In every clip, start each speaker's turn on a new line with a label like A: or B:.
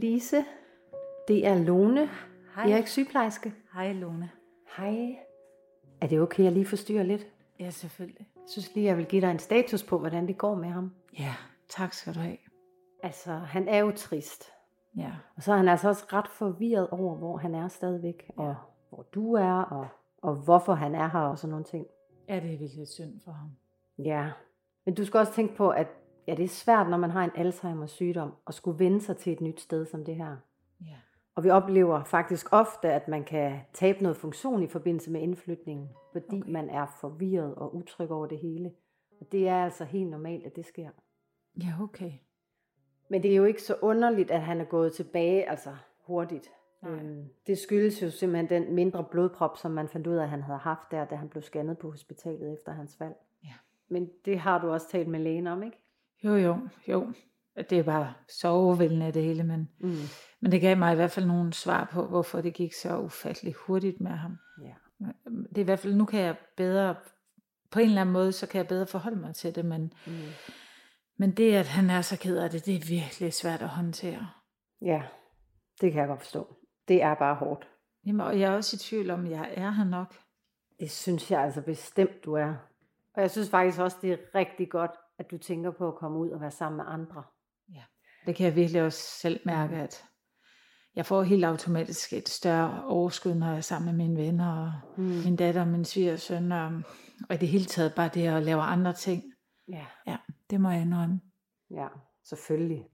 A: Lise. Det er Lone.
B: Hej.
A: Jeg er ikke sygeplejerske.
B: Hej, Lone.
A: Hej. Er det okay, jeg lige forstyrrer lidt?
B: Ja, selvfølgelig.
A: Jeg synes lige, jeg vil give dig en status på, hvordan det går med ham.
B: Ja, tak skal du have.
A: Altså, han er jo trist.
B: Ja,
A: Og så er han altså også ret forvirret over, hvor han er stadigvæk,
B: Ja.
A: og hvor du er, og, og hvorfor han er her, og sådan nogle ting.
B: ja det er virkelig synd for ham.
A: Ja, men du skal også tænke på, at ja, det er svært, når man har en Alzheimer-sygdom, at skulle vende sig til et nyt sted som det her.
B: Ja,
A: Og vi oplever faktisk ofte, at man kan tabe noget funktion i forbindelse med indflytningen, fordi okay.
B: Okay.
A: man er forvirret og utryg over det hele. Og det er altså helt normalt, at det sker.
B: ja okay.
A: Men det er jo ikke så underligt, at han er gået tilbage altså hurtigt.
B: Nej.
A: Øhm, Det skyldes jo simpelthen den mindre blodprop, som man fandt ud af, at han havde haft der, da han blev scannet på hospitalet efter hans fald.
B: Ja.
A: Men det har du også talt med lægen om, ikke?
B: Jo, jo, jo. Det er bare så overvældende det hele, men,
A: Mm.
B: men det gav mig i hvert fald nogle svar på, hvorfor det gik så ufatteligt hurtigt med ham.
A: Ja.
B: Det er i hvert fald, nu kan jeg bedre, på en eller anden måde, så kan jeg bedre forholde mig til det, men,
A: Mm.
B: men det, at han er så ked af det, det er virkelig svært at håndtere.
A: ja, det kan jeg godt forstå. Det er bare hårdt.
B: Jamen, og jeg er også i tvivl om, jeg er her nok.
A: Det synes jeg altså bestemt, du er. Og jeg synes faktisk også, det er rigtig godt, at du tænker på at komme ud og være sammen med andre.
B: Det kan jeg virkelig også selv mærke, at jeg får helt automatisk et større overskud, når jeg er sammen med mine venner og
A: Mm.
B: min datter og min svigersøn. Og, og i det hele taget bare det at lave andre ting,
A: Ja.
B: det må jeg indrømme.
A: ja, selvfølgelig.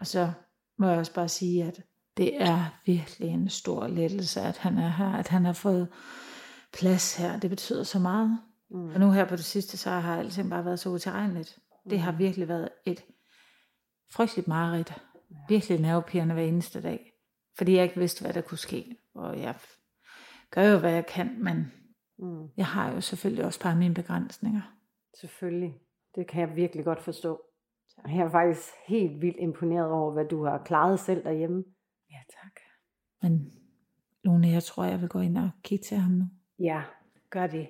B: Og så må jeg også bare sige, at det er virkelig en stor lettelse, at han er her, at han har fået plads her. Det betyder så meget.
A: Mm.
B: Og nu her på det sidste, så har alting bare været så utilregneligt. Det har virkelig været et frygteligt mareridt. Virkelig nervepirrende hver eneste dag. Fordi jeg ikke vidste, hvad der kunne ske. Og jeg gør jo, hvad jeg kan, men
A: Mm.
B: jeg har jo selvfølgelig også bare mine begrænsninger.
A: Selvfølgelig. Det kan jeg virkelig godt forstå. Jeg er faktisk helt vildt imponeret over, hvad du har klaret selv derhjemme.
B: Ja, tak. Men Lone, jeg tror, jeg vil gå ind og kigge til ham nu.
A: Ja, gør det.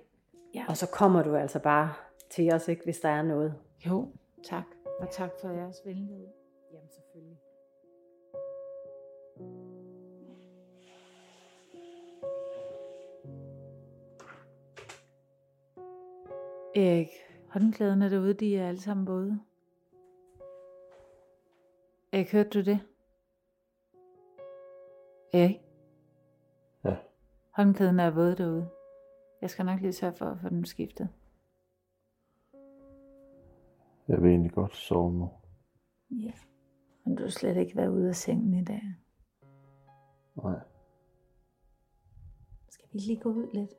B: Ja.
A: Og så kommer du altså bare til os, ikke, hvis der er noget.
B: Jo, tak. Og tak for jeres venlighed. Jamen selvfølgelig. Erik, håndklæderne derude, de er alle sammen våde. Erik, hørte du det? Erik?
C: Ja.
B: Håndklæderne er våde derude. Jeg skal nok lige sørge for at få dem skiftet.
C: Jeg vil egentlig godt sove nu.
B: Ja, men du har slet ikke været ude af sengen i dag.
C: Nej.
B: Skal vi lige gå ud lidt?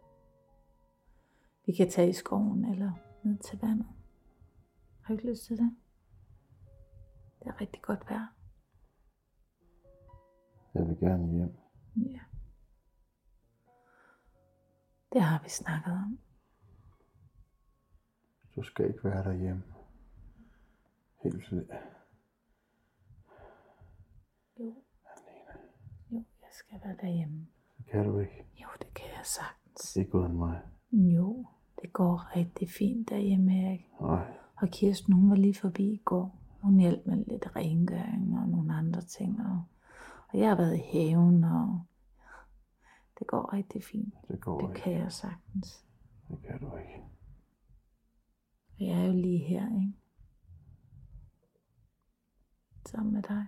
B: Vi kan tage i skoven eller ned til vandet. Har du ikke lyst til det? Det er rigtig godt vejr.
C: Jeg vil gerne hjem.
B: Ja. Det har vi snakket om.
C: Du skal ikke være derhjemme. Helt slet.
B: Jo. Jo, jeg skal være derhjemme.
C: Det kan du ikke.
B: Jo, det kan jeg sagtens.
C: Ikke uden mig.
B: Jo, det går rigtig fint derhjemme, Erik.
C: Nej.
B: Og Kirsten, hun var lige forbi i går. Hun hjalp med lidt rengøring og nogle andre ting. Og, og jeg har været i haven, og det går rigtig fint.
C: Det går
B: Det
C: ikke.
B: kan jeg sagtens.
C: Det kan du ikke.
B: Og jeg er jo lige her, ikke? Sammen med dig.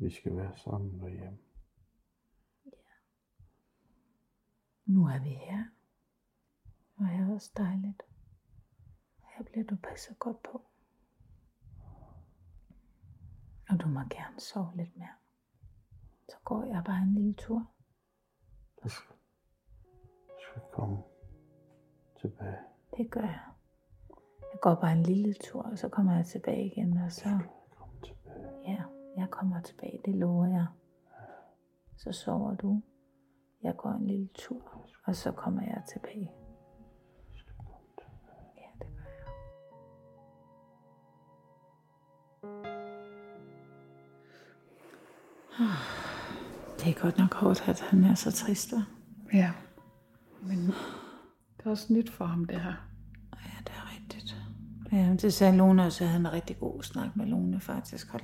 C: Vi skal være sammen derhjemme.
B: Nu er vi her. Og det er også dejligt. Her bliver du passet godt på. Og du må gerne sove lidt mere. Så går jeg bare en lille tur.
C: Du skal, du skal komme tilbage.
B: Det gør jeg. Jeg går bare en lille tur, og så kommer jeg tilbage igen, og så,
C: Kom tilbage.
B: ja, jeg kommer tilbage, det lover jeg. Så sover du. Jeg går en lille tur, og så kommer jeg tilbage. Ja, det gør jeg. Det er godt nok hårdt, at han er så trist, hva'?
D: Ja. Men det er også nyt for ham, det her.
B: Ja, det er rigtigt. Ja, det sagde Lone, og så havde en rigtig god snak med Lone faktisk. Hold,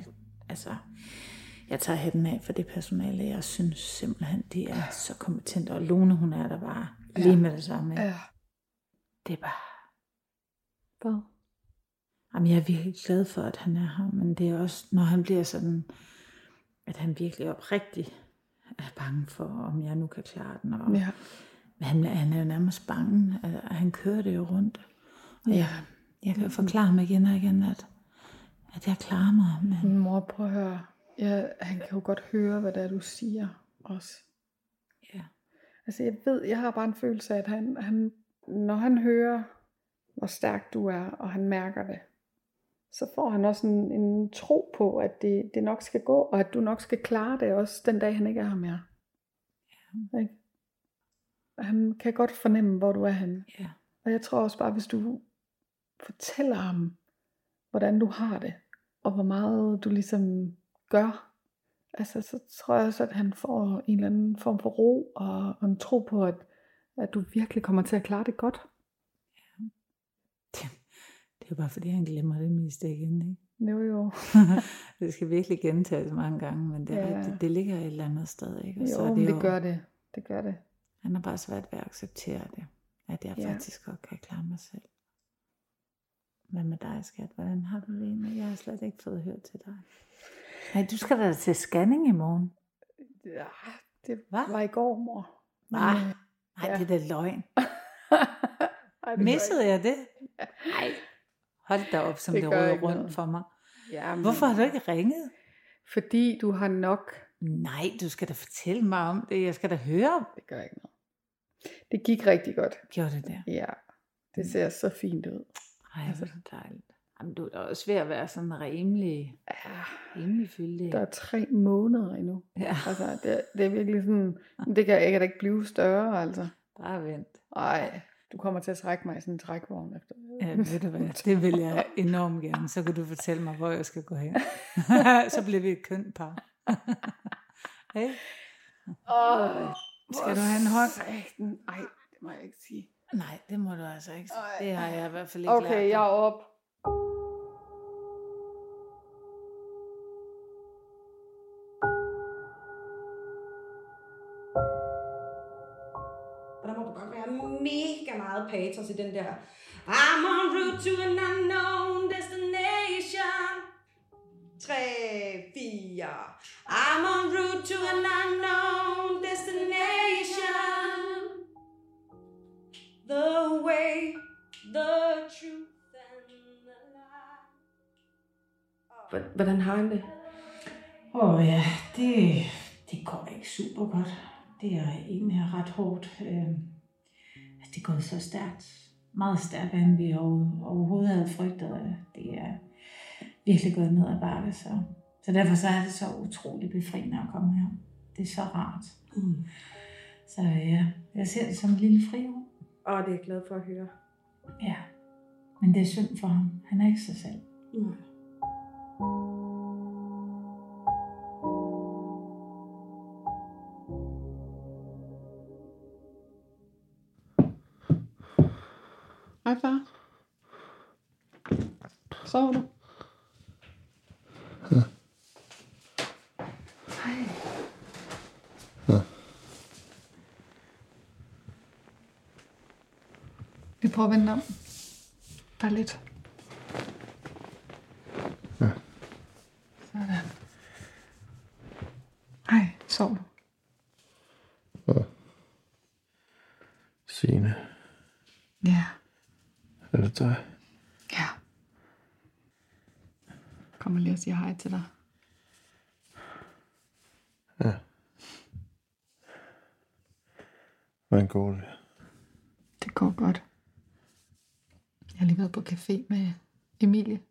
B: altså, jeg tager hatten af for det personale. Jeg synes simpelthen, de er så kompetente. Og Lone, hun er der bare lige med det samme.
D: Ja.
B: Det er bare... Hvor? Jamen, jeg er virkelig glad for, at han er her, men det er også, når han bliver sådan, at han virkelig oprigtigt er bange for, om jeg nu kan klare den. Og,
D: ja.
B: men han, han er jo nærmest bange, og og han kører det jo rundt. Og jeg, jeg
D: Mm.
B: kan jo forklare ham igen og igen, at, at jeg klarer mig, men
D: Min mor, prøv at høre. Ja, han kan jo godt høre, hvad det er, du siger også.
B: ja.
D: Altså jeg ved, jeg har bare en følelse af, at han, han, når han hører, hvor stærk du er, og han mærker det, så får han også en, en tro på, at det, det nok skal gå, og at du nok skal klare det også, den dag han ikke er her mere. Ja. Ikke? Han kan godt fornemme, hvor du er henne.
B: ja.
D: Og jeg tror også bare, hvis du fortæller ham, hvordan du har det, og hvor meget du ligesom gør, altså så tror jeg også, at han får en eller anden form for ro, og, og en tro på, at, at du virkelig kommer til at klare det godt.
B: Det er jo bare fordi, han glemmer det meste igen, ikke?
D: Jo jo,
B: det skal virkelig gentages mange gange, men det, er
D: Ja.
B: ja. rigtigt, det ligger et eller andet sted, ikke? Og så
D: jo
B: er
D: men
B: det,
D: det gør det. Det gør det.
B: Han har bare svært ved at acceptere det, at jeg
D: Ja.
B: ja. faktisk godt kan klare mig selv. Hvad med dig, skat? Hvordan har du det egentlig? Jeg har slet ikke fået hørt til dig. Nej, du skal da til scanning i morgen.
D: Ja, det
B: Hva?
D: var i går, mor. Men,
B: Nej,
D: øh,
B: nej
D: ja.
B: ja. det er da løgn.
D: Ej, det gør
B: Missede
D: ikke-
B: jeg det? Nej. Hold da op, som
D: Det
B: det,
D: gør
B: det
D: ikke
B: rundt
D: noget.
B: for mig.
D: Ja, men-
B: Hvorfor har du ikke ringet?
D: Fordi du har nok
B: Nej, du skal da fortælle mig om det. Jeg skal da høre.
D: Det gør ikke noget. Det gik rigtig godt.
B: Gjorde det der?
D: Ja, det
B: Mm.
D: ser så fint ud.
B: Ej,
D: Altså-
B: hvor er det dejligt. Jamen, du er da også ved at være sådan rimelig,
D: Ja,
B: rimelig fyldig.
D: der er tre måneder endnu.
B: Ja,
D: Altså, det, er- det er virkelig sådan, men det kan jeg ikke, da ikke blive større, altså.
B: bare vent.
D: Ej, du kommer til at trække mig i sådan en trækvogn efter.
B: Ja, ved du hvad, det vil jeg enormt gerne. Så kan du fortælle mig, hvor jeg skal gå hen. så bliver vi et kønt par. hey,
D: Åh,
B: Skal du have en hånd?
D: Satan. Ej, det må jeg ikke sige.
B: nej, det må du altså ikke. sige.
D: Ej.
B: Det har jeg i hvert fald ikke lært.
D: Okay,
B: dig.
D: jeg er op.
E: Og der må du godt være mega meget patos i den der I'm on route to an unknown destination 3, 4 I'm on route to an unknown destination The way, the truth and the lie Hvordan har han det?
F: Åh oh, ja, det, det går ikke super godt. Det er egentlig ret hårdt. Øh, altså, det er gået så stærkt. Meget stærkere, end vi over- overhovedet havde frygtet. Øh, Det er virkelig gået ned ad bakke. Så, så derfor så er det så utroligt befriende at komme her. Det er så rart.
E: Mm.
F: Så ja, jeg ser det som et lille frirum.
E: Åh, det er jeg glad for at høre.
F: Ja, men det er synd for ham. Han er ikke sig selv.
E: Mm.
D: Hej, far. Sover du? Hej. Vi prøver at vende om. Bare lidt. Sådan. Hej, sov du?
C: Signe,
D: Ja,
C: er det dig?
D: ja. Kommer lige og siger hej til dig.
C: Hvordan går det?
D: Det går godt. Jeg har lige været på café med Emilie,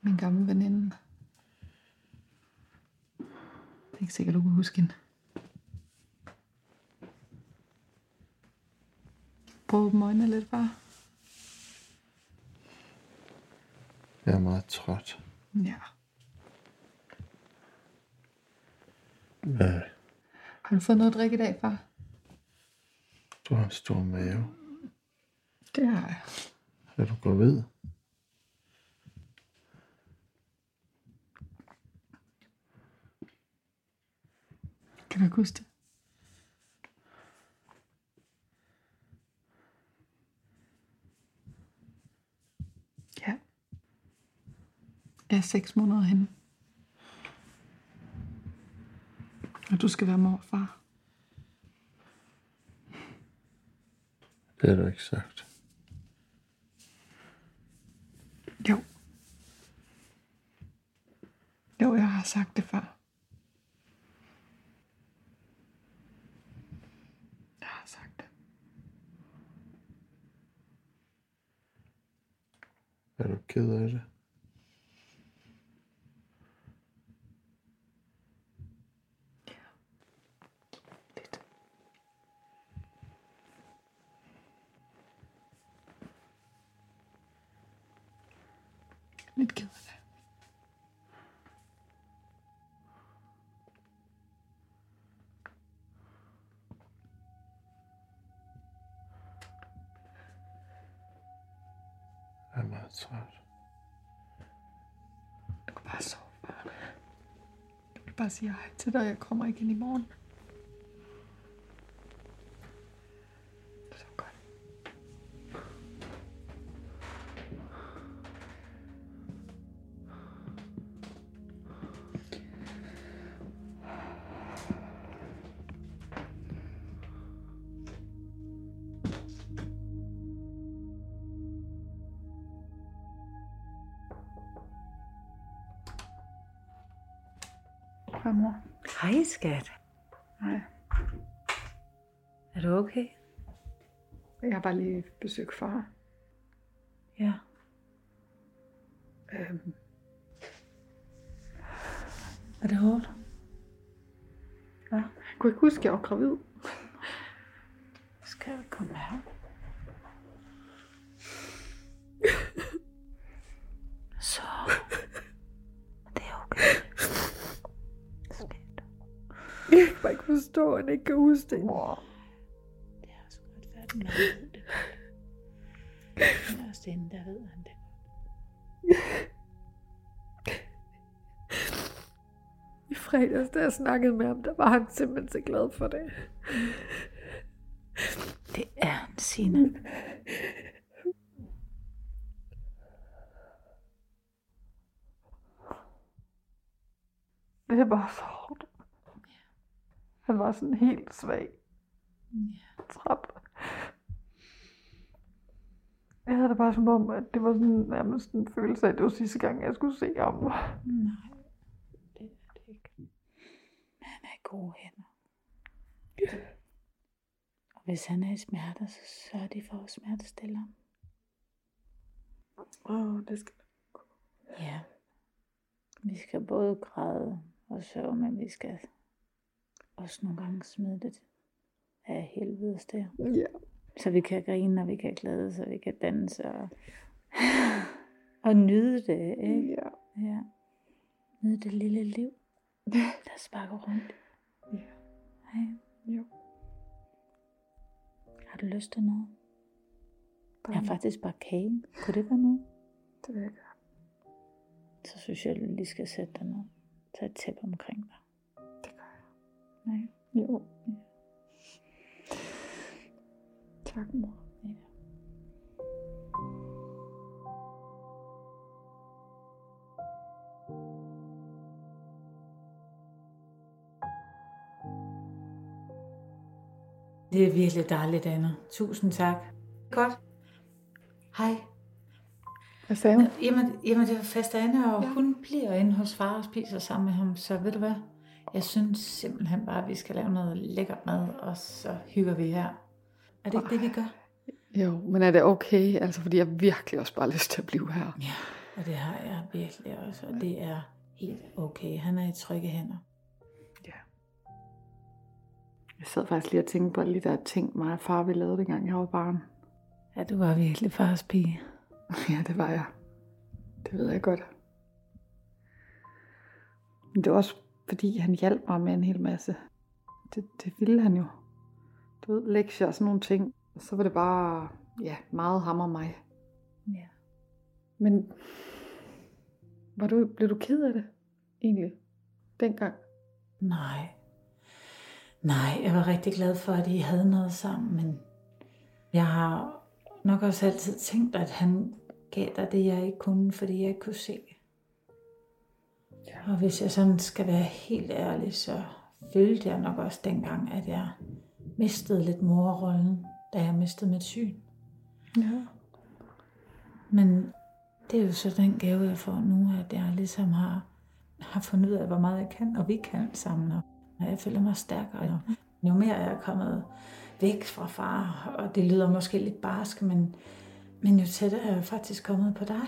D: min gamle veninde. Det er ikke sikkert, du kan huske hende. Prøv at åbne øjnene lidt, bare.
C: Jeg er meget træt.
D: Ja.
C: Hvad?
D: Har du fået noget drik i dag, far?
C: Du har en stor mave.
D: Det har jeg.
C: Er du gravid?
D: Kan du ikke huske det? Ja. Jeg er seks måneder henne. Og du skal være mor og far.
C: Det har du ikke sagt.
D: Jo. Jo, jeg har sagt det før. Jeg har sagt det.
C: Er du ked af det?
D: Lidt. Lidt ked af det.
C: Jeg er meget træt.
D: Du kan bare sove, barn. Du kan bare sige hej til dig, jeg kommer igen i morgen. Så godt. Hej, mor.
G: Hej, skat.
D: Nej,
G: Er du okay?
D: jeg har bare lige besøgt far.
G: Ja.
D: Øhm,
G: Er det hårdt?
D: jeg kunne ikke huske, at jeg var gravid.
F: Skal jeg komme her?
G: Så. Det er okay. Skat.
D: Jeg kan bare ikke forstå, at jeg ikke kan huske det. Mor.
F: Det er så godt færdigt, men jeg ved det godt. Men også den, der ved han det.
D: I fredags, da jeg snakkede med ham, der var han simpelthen så glad for det.
B: Det er en sine.
D: Det var så hårdt. Han var sådan helt svag. Ja. Trap. Jeg havde det bare som om, at det var sådan nærmest en følelse af, at det var sidste gang, jeg skulle se ham.
F: Nej, det er det ikke. Men han er i gode hænder. Og hvis han er i smerter, så sørger de for at smertestille ham.
D: Åh, oh, det skal
F: Ja. Vi skal både græde og sørge, men vi skal også nogle gange smide det af helvedes der.
D: Ja.
F: Så vi kan grine, og vi kan glæde, så vi kan danse og, og nyde det, ikke?
D: Ja.
F: Ja. Nyde det lille liv, der sparker rundt.
D: Ja.
F: Hej.
D: Jo.
F: Har du lyst til noget? Jeg har
D: Bare-
F: faktisk bare kage. Kunne det være noget?
D: Det vil jeg gøre.
F: Så synes jeg, at du lige skal sætte dig ned. Tag et tæppe omkring dig.
D: Det gør jeg.
F: Nej.
D: Jo. Tak, mor.
B: Det er virkelig dejligt, Anna. Tusind tak. Godt. Hej.
D: Hvad sagde hun?
B: Jamen, jamen det var fast Anna, og ja. hun bliver inde hos far og spiser sammen med ham. Så ved du hvad? Jeg synes simpelthen bare, at vi skal lave noget lækkert mad, og så hygger vi her. Er det ikke det, vi gør?
D: Jo, men er det okay? Altså, fordi jeg virkelig også bare har lyst til at blive her.
B: Ja, og det har jeg virkelig også, og det er helt okay. Han er i trygge hænder.
D: Jeg sad faktisk lige og tænkte på alle de der ting, mig og far vi lavede, dengang jeg var barn.
B: Ja, du var virkelig fars pige.
D: Ja, det var jeg. Det ved jeg godt. Men det var også, fordi han hjalp mig med en hel masse. Det, det ville han jo. Du ved, lektier og sådan nogle ting. Og så var det bare, ja, meget ham og mig.
B: Ja.
D: Men var du, blev du ked af det, egentlig, dengang?
B: Nej. Nej, jeg var rigtig glad for, at I havde noget sammen, men jeg har nok også altid tænkt, at han gav dig det, jeg ikke kunne, fordi jeg ikke kunne se. Og hvis jeg sådan skal være helt ærlig, så følte jeg nok også dengang, at jeg mistede lidt morrollen, da jeg mistede mit syn.
D: Ja.
B: Men det er jo så den gave, jeg får nu, at jeg ligesom har, har fundet ud af, hvor meget jeg kan, og vi kan sammen. Og jeg føler mig stærkere. Jo, jo mere jeg er kommet væk fra far, og det lyder måske lidt barsk, men, men jo tættere er jeg faktisk kommet på dig.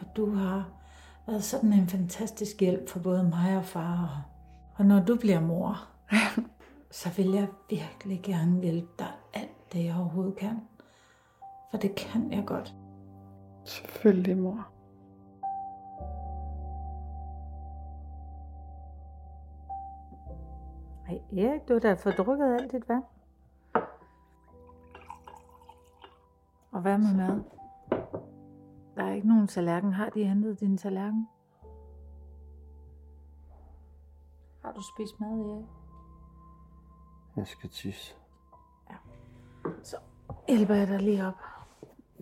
B: Og du har været sådan en fantastisk hjælp for både mig og far. Og, og når du bliver mor, så vil jeg virkelig gerne hjælpe dig alt det, jeg overhovedet kan. For det kan jeg godt.
D: Selvfølgelig, mor.
B: Ej, Erik, du har da fået drukket alt dit vand. Og hvad med mad? Der er ikke nogen tallerken. Har de hentet din tallerken? Har du spist mad, Erik?
C: Jeg skal tisse.
B: Så hjælper jeg dig lige op.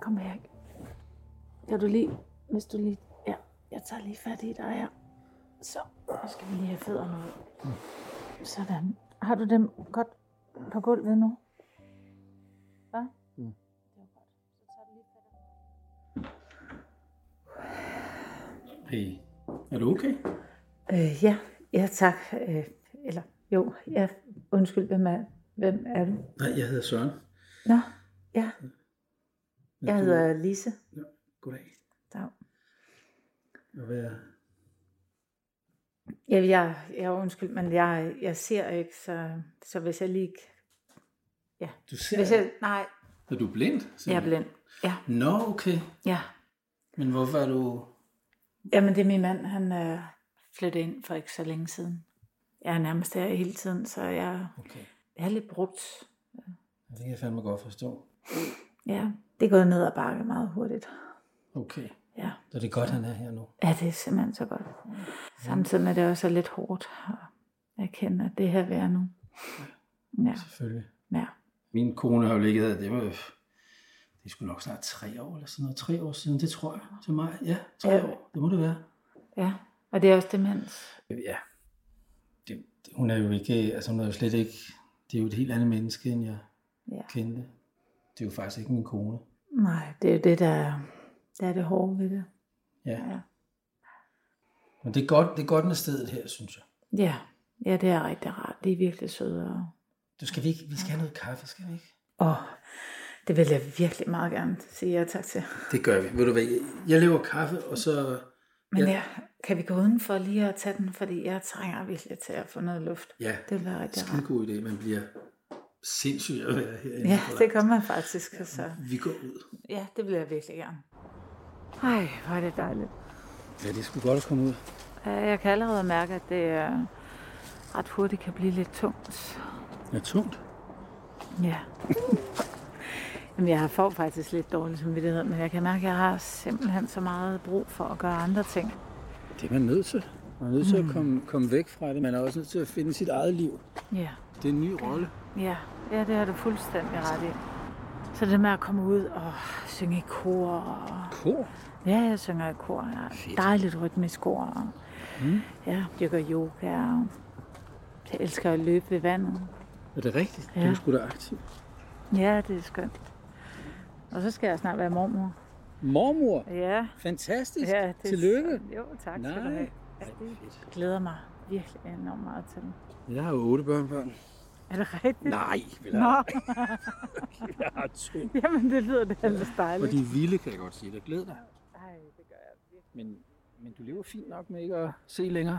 B: Kom her. Kan du lige, hvis du lige... Ja, jeg tager lige fat i dig her. Så, nu skal vi lige have fødderne ud. Sådan. Har du dem godt på gulvet nu? Hvad?
C: Mm.
H: Hey, er du okay?
B: Øh, ja, ja tak. Øh, eller jo, ja, undskyld, hvem er, hvem er du?
H: Nej, jeg hedder Søren.
B: Nå, ja,
H: Men
B: jeg
H: du-
B: hedder Lise.
H: Goddag.
B: Dag.
H: Og hvad er...
B: Ja, jeg, jeg undskyld, men jeg, jeg ser ikke, så, så hvis jeg lige...
H: Du ser...
B: Hvis jeg, nej,
H: Er du blind?
B: jeg er blind. Ja,
H: Nå, okay.
B: ja.
H: Men hvorfor er du...
B: Jamen, det er min mand, han øh, flyttede ind for ikke så længe siden. Jeg er nærmest her hele tiden, så jeg,
H: Okay.
B: jeg er lidt brugt.
H: Det kan jeg fandme godt forstå.
B: Ja, det er gået ned ad bakke meget hurtigt.
H: Okay.
B: Ja.
H: Så det er godt, han er her nu.
B: Ja, det er simpelthen så godt. Samtidig med, at det også er lidt hårdt at erkende, at det her vil jeg nu. Ja,
H: Selvfølgelig.
B: ja.
H: Min kone har jo ligget her, det var... Det er sgu nok snart tre år eller sådan noget. Tre år siden, det tror jeg. Til mig. Ja, tre
B: Ja.
H: år. Det må det være.
B: ja. Og det er også demens.
H: Ja. Det, det, hun er jo ikke... Altså, hun er jo slet ikke... Det er jo et helt andet menneske, end jeg
B: Ja.
H: kendte. Det er jo faktisk ikke min kone.
B: Nej, det er jo det, der, er- der er det hårde ved det.
H: Ja.
B: Ja.
H: ja. Men det er godt, det er godt med stedet her, synes jeg.
B: Ja, ja det er rigtig rart. Det er virkelig sødt. Og,
H: Du skal vi ikke, vi skal have noget kaffe, skal vi ikke?
B: og det vil jeg virkelig meget gerne sige ja tak til.
H: Det gør vi. Ved du hvad, jeg laver kaffe, og så...
B: Men
H: Ja.
B: ja. kan vi gå udenfor lige og tage den, fordi jeg trænger virkelig til at få noget luft.
H: Ja,
B: Det vil være rigtig rart.
H: god idé. Man bliver sindssyg at være herinde.
B: Ja, det gør man faktisk. og Så.
H: Vi går ud.
B: Ja, det vil jeg virkelig gerne. Ej, hvor er det dejligt.
H: Ja, det skulle godt at komme ud.
B: Ja, Jeg kan allerede mærke, at det øh, ret hurtigt kan blive lidt tungt.
H: Ja, tungt.
B: Ja. Jamen, jeg får faktisk lidt dårlig samvittighed, men jeg kan mærke, at jeg har simpelthen så meget brug for at gøre andre ting.
H: Det er man nødt til. Man er nødt til
B: Mm.
H: at komme, komme væk fra det. Man er også nødt til at finde sit eget liv.
B: Ja,
H: Det er en ny rolle.
B: ja, ja det har du fuldstændig ret i. Så det med at komme ud og synge i kor. Og...
H: Kor.
B: Ja, jeg synger i kor. Jeg er
H: Fedt.
B: dejligt rytmisk kor. Og...
H: Mm.
B: Ja, dyrker yoga. Og... Jeg elsker at løbe ved vandet.
H: Er det rigtigt?
B: Ja.
H: Du er sgu da aktiv.
B: Ja, det er skønt. Og så skal jeg snart være mormor.
H: Mormor.
B: Ja,
H: Fantastisk.
B: ja det
H: Tillykke.
B: Jo, tak skal
H: Nej.
B: du have.
H: Ej, fedt.
B: Jeg glæder mig virkelig enormt meget til det.
H: Jeg har jo otte børnebørn.
B: Er det rigtigt?
H: Nej, vel
B: Nå,
H: jeg har to.
B: jamen det lyder da ellers
H: Og
B: dejligt.
H: de er vilde, kan jeg godt sige dig. Glæd dig.
B: Ej, det gør jeg.
H: Men, men du lever fint nok med ikke at se længere.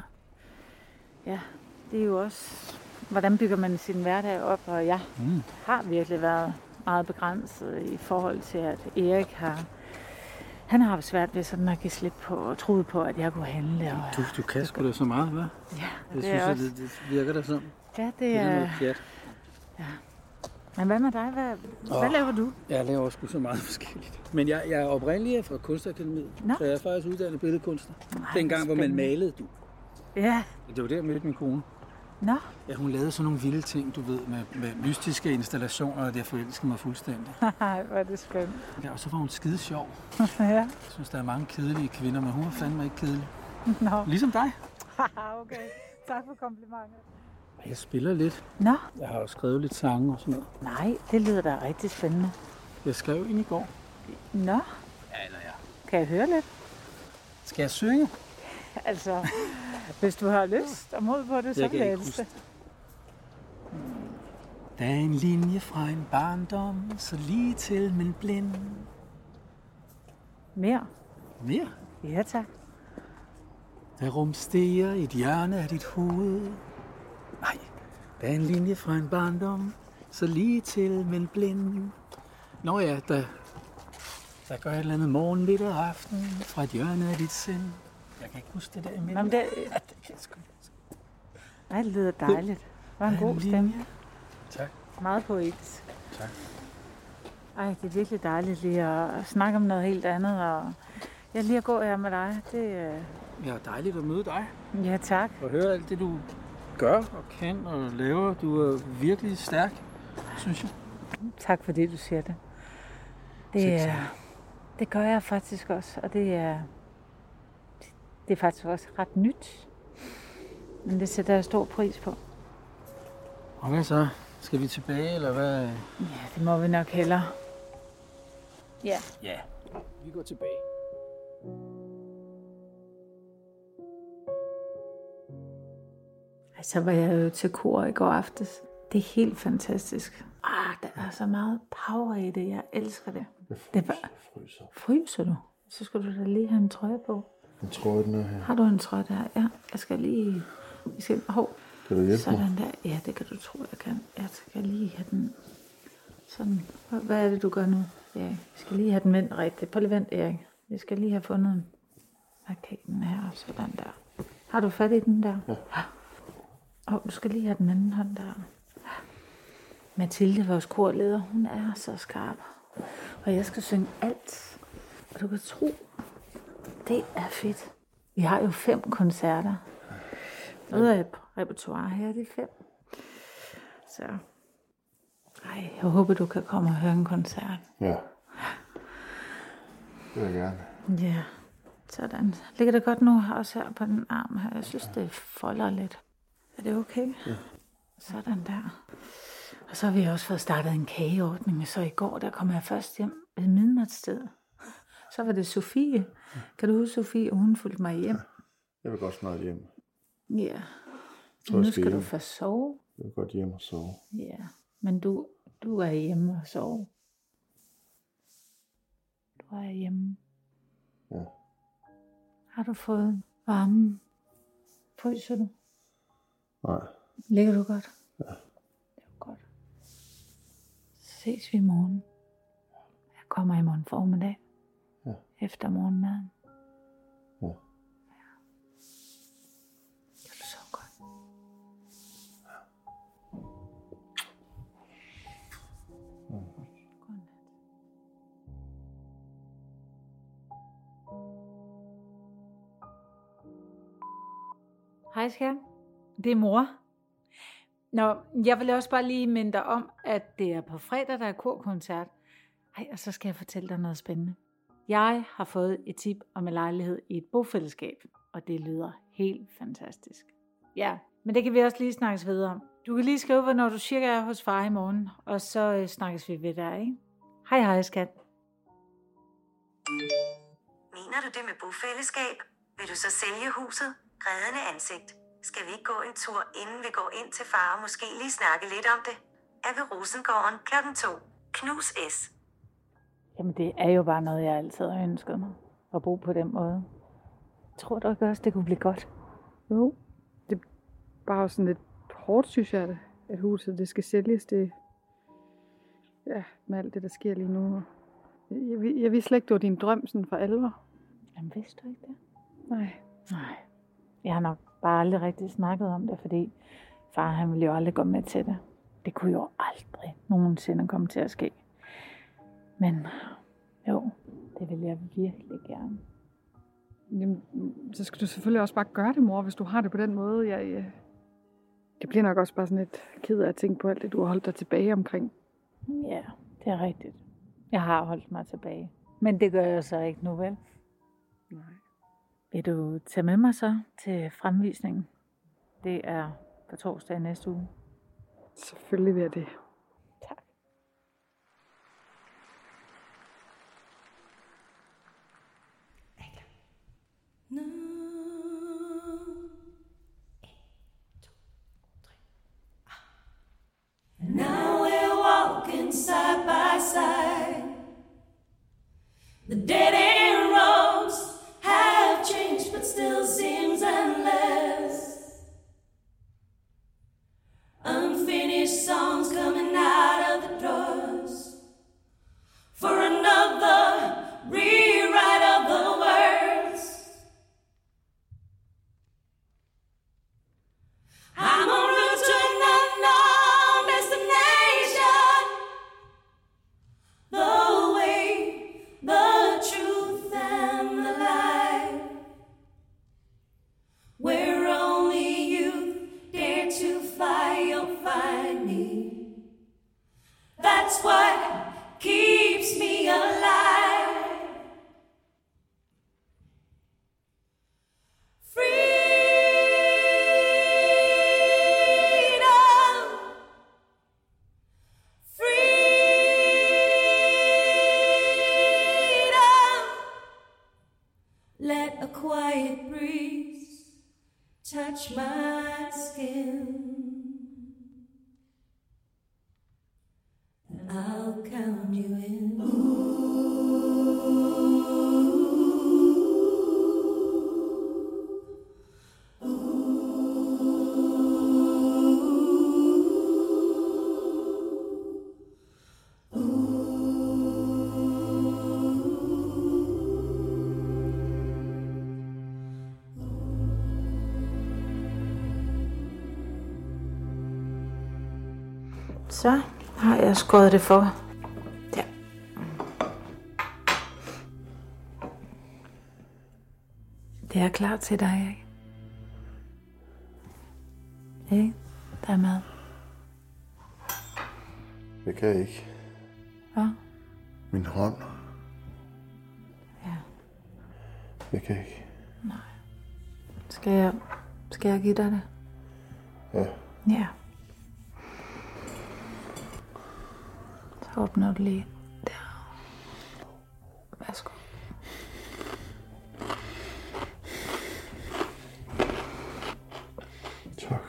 B: Det er jo også, hvordan bygger man sin hverdag op, og jeg
H: Mm.
B: har virkelig været meget begrænset i forhold til, at Erik har, han har haft svært ved sådan at give slip på og troede på, at jeg kunne handle. Og,
H: Du, du kan sgu da så meget, hva'?
B: ja,
H: Jeg
B: det er
H: synes, at
B: også,
H: det, det virker da sådan.
B: ja,
H: Det
B: det
H: er
B: er,
H: noget pjat.
B: men hvad med dig? Hvad, hvad
H: Åh.
B: laver du?
H: Jeg laver sgu så meget forskelligt. Men jeg, jeg er oprindelig fra Kunstakademiet,
B: Nå.
H: så jeg er faktisk uddannet billedkunstner.
B: Ej,
H: Dengang, hvor man
B: spændende.
H: malede, du.
B: Ja,
H: Det var der, jeg mødte min kone.
G: Nå,
H: Ja, hun lavede sådan nogle vilde ting, du ved, med, med mystiske installationer, og det forelskede mig fuldstændig.
B: Nej, hvor er det skønt.
H: Ja, og så var hun skide sjov.
B: Ja,
H: Jeg synes, der er mange kedelige kvinder, men hun er fandme ikke kedelig.
B: nå.
H: Ligesom dig.
B: okay. Tak for komplimentet.
H: Jeg spiller lidt.
B: Nå,
H: Jeg har jo skrevet lidt sange og sådan noget.
B: nej, det lyder da rigtig spændende.
H: Jeg skrev en i går.
B: Nå,
H: Ja, eller ja.
B: kan jeg høre lidt?
H: Skal jeg synge?
B: Altså, hvis du har lyst og mod på det, så
H: Jeg
B: vil
H: kan
B: jeg
H: ikke
B: elske det.
H: Hmm. Der er en linje fra en barndom, så lige til, men blind.
B: Mere?
H: Mere.
B: Ja, tak.
H: Der rumsterer et hjørne af dit hoved. Nej, der er en linje fra en barndom, så lige til, men blind. Nå ja, der, der gør et eller andet morgen, midt og aften fra et hjørne af dit sind. Jeg kan ikke huske det der imellem.
B: Nå, men det,
H: Ja, det kan jeg sgu ikke.
B: nej, det lyder dejligt. Det var en
H: Der er
B: god stemme.
H: linje. Tak.
B: Meget poetisk.
H: Tak.
B: Ej, det er virkelig dejligt lige at snakke om noget helt andet. Og jeg lige at gå her med dig. Det, øh,
H: Ja, dejligt at møde dig.
B: ja, tak.
H: Og høre alt det, du gør og kan og laver. Du er virkelig stærk, synes jeg.
B: Tak fordi du siger det. Det,
H: Selv
B: er,
H: tak.
B: det gør jeg faktisk også, og det er, det er faktisk også ret nyt. Men det sætter jeg stor pris på.
H: Og hvad så? Skal vi tilbage, eller hvad?
B: Ja, det må vi nok hellere.
H: Ja, vi går tilbage.
B: Ej, Så var jeg jo til kor i går aftes. Det er helt fantastisk. Ah, der er så meget power i det. Jeg elsker det. Det var...
C: fryser.
B: Fryser du? Så skal du da lige have en trøje på.
C: Den tror jeg, den er her.
B: Har du en trøje der? Ja, jeg skal lige... Jeg skal... Hov,
C: Kan du hjælpe mig?
B: Sådan der. Ja, det kan du tro, jeg kan. Jeg skal lige have den. Sådan. Hvad- Hvad er det, du gør nu? Ja, vi skal lige have den vendt rigtigt. Prøv lige vent, Erik. Vi skal lige have fundet okay, den her. Sådan der. Har du fat i den der? Ja. Og du skal lige have den anden hånd der. Mathilde, vores korleder, hun er så skarp. Og jeg skal synge alt. Og du kan tro, det er fedt. Vi har jo fem koncerter. Noget af et repertoire her, det er fem. Så. Ej, jeg håber, du kan komme og høre en koncert.
C: Ja. Det vil jeg gerne.
B: Ja, sådan. Ligger det godt nu også her på den arm her? Jeg synes, det folder lidt. Er det okay? Ja. Sådan der. Og så har vi også fået startet en kageordning, så i går, der kom jeg først hjem ved midnatstid. Så var det Sofie. Kan du huske Sofie? Hun fulgte mig hjem.
C: Jeg vil godt snart hjem.
B: Ja.
C: tror, jeg
B: Nu
C: skal
B: skal du
C: hjem.
B: få sove.
C: Jeg vil godt hjem og sove.
B: Ja, men du, du er hjemme og sover. Du er hjemme.
C: Ja.
B: Har du fået varmen? Fryser du?
C: Nej.
B: Ligger du godt? Ja. Det er godt. Så ses vi i morgen. Jeg kommer i morgen formiddag.
C: Ja.
B: Efter morgenmaden.
C: Ja.
B: Ja. Kan du sove godt? Godnat. Hej skat. Det er mor. Nå, jeg vil også bare lige minde dig om, at det er på fredag, der er korkoncert. Ej, og så skal jeg fortælle dig noget spændende. Jeg har fået et tip om en lejlighed i et bofællesskab, og det lyder helt fantastisk. Ja, men det kan vi også lige snakkes videre om. Du kan lige skrive, hvornår du cirka er hos far i morgen, og så øh, snakkes vi ved der, ikke? Hej hej, skat.
I: Mener du det med bofællesskab? Vil du så sælge huset? Grædende ansigt. Skal vi ikke gå en tur, inden vi går ind til far og måske lige snakke lidt om det? Er ved Rosengården kl. 2. Knus S.
B: Jamen, det er jo bare noget, jeg altid har ønsket mig. At bo på den måde. Tror du ikke også, det kunne blive godt?
D: Jo, det er bare sådan lidt hårdt, synes jeg, det, at huset det skal sælges. Det, ja, med alt det, der sker lige nu. Jeg, vi- jeg vidste slet ikke, det var din drøm sådan for alvor.
B: Jamen, vidste du ikke det?
D: Nej.
B: Nej. Jeg har nok bare aldrig rigtig snakket om det, fordi far han ville jo aldrig gå med til det. Det kunne jo aldrig nogensinde komme til at ske. Men jo, det ville jeg virkelig gerne.
D: Jamen, så skal du selvfølgelig også bare gøre det, mor, hvis du har det på den måde. Jeg, jeg, Det bliver nok også bare sådan lidt ked af at tænke på alt det, du har holdt dig tilbage omkring.
B: Ja, det er rigtigt. Jeg har holdt mig tilbage. Men det gør jeg så ikke nu, vel?
D: Nej.
B: Vil du tage med mig så til fremvisningen? Det er på torsdag i næste uge.
D: Selvfølgelig vil jeg det.
B: Tak.
E: Nu. En, to, tre. Ah. Now we're walking side by side. The dead end roads have changed, but still seems endless. Unfinished songs coming out of the doors for another rewrite of the words. I'm on route to an unknown destination. The way, the truth, and the lie. Where only you dare to fly, you'll find me. That's what keeps me alive. Freedom. Freedom. Let a quiet breeze touch my skin. And I'll count you in.
B: Så har jeg skåret det for. Ja. Det er klar til dig, ikke? Ikke? Der er mad.
C: Jeg kan ikke.
B: Hvad?
C: Min hånd.
B: Ja.
C: Jeg kan ikke.
B: Skal jeg, skal jeg give dig det?
C: Ja.
B: Ja. Så åbner du lige der. Værsgo.
C: Tak.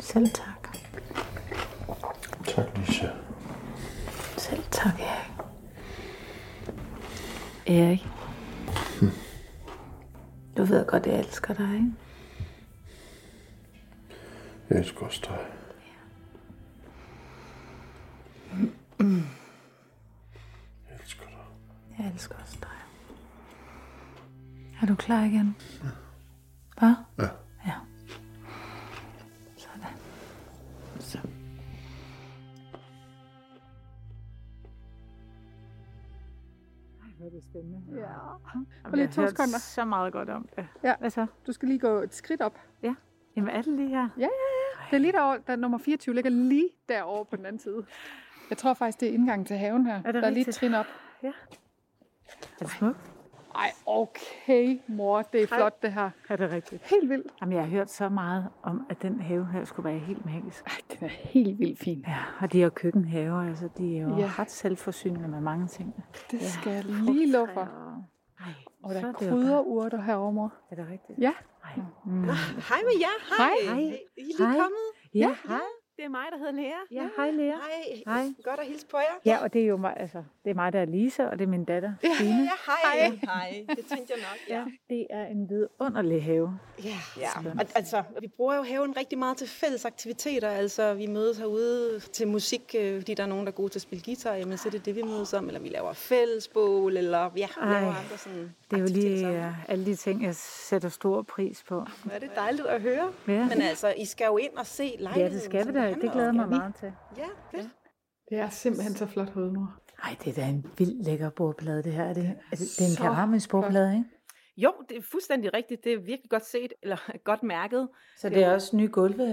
B: Selv tak.
C: Tak, Lisa.
B: Selv tak, Erik. Erik.
J: Hm.
B: Du ved godt, jeg elsker dig, ikke?
C: Jeg elsker også dig. Jeg elsker dig.
B: Jeg elsker også dig. Er du klar igen? Hvad?
C: Ja.
B: Ja. Sådan. Så. Hvor er det spændende.
D: Ja.
B: Jamen,
D: lige
B: jeg
D: to
B: har hørt
D: sekunder.
B: så meget godt om det.
D: Ja.
B: Hvad så?
D: Du skal lige gå et skridt op.
B: Jamen er det lige her?
D: Det er lige derovre, der nummer 24 ligger lige derovre på den anden side. Jeg tror faktisk, det er indgangen til haven her.
B: det
D: der er lige et
B: rigtigt?
D: trin op.
B: Er det smukt?
D: Ej, okay, mor. Det er flot, det her.
B: Er det rigtigt?
D: Helt vildt.
B: Jamen, jeg har hørt så meget om, at den have her skulle være helt magisk.
D: Ej, den er helt vildt fin.
B: Ja, og de her køkkenhaver, altså, de er jo
D: Ja.
B: ja. ret selvforsynende med mange ting.
D: Det skal jeg lige love for.
B: Ej,
D: Og der
B: så
D: er
B: er det jo bare-
D: krydderurter herovre, mor.
B: Er det rigtigt?
D: Ja.
B: Ej. Mm.
J: Hej med jer.
D: Hej.
B: Hej.
J: I er lige
B: Hej.
J: kommet.
B: Ja, hej.
J: Det er mig, der hedder Lea.
B: Ja, hej Lea.
J: Hej.
B: Hej.
J: Godt at hilse på jer.
B: Ja, og det er jo mig, altså, det er mig, der er Lisa, og det er min datter, Stine.
J: Ja, hej. Hej. hej. Det tænkte jeg nok, ja.
B: Det er en vidunderlig have.
J: Ja, ja. Og, altså, vi bruger jo haven rigtig meget til fælles aktiviteter. Altså, vi mødes herude til musik, øh, fordi der er nogen, der er gode til at spille guitar. Jamen, så er det det, vi mødes om. Eller vi laver fællesbål, eller ja, vi laver
B: Ej,
J: andre sådan
B: Det er jo
J: aktiviteter
B: lige
J: sammen.
B: uh, alle de ting, jeg sætter stor pris på.
J: Hvor er det dejligt at høre.
B: Ja,
J: Men altså, I skal jo ind og se lejligheden.
B: ja det skal vi
J: som
B: da.
J: handler
B: Det glæder
J: om.
B: mig meget til.
J: Ja, fedt.
D: Det er simpelthen så flot hovedmor.
B: Ej, det er da en vild lækker bordplade, det her. Er det, er det, det er en
D: så
B: keramisk bordplade, ikke?
J: Jo, det er fuldstændig rigtigt. Det er virkelig godt set, eller godt mærket.
B: Så det er også nye gulve?
E: Ja,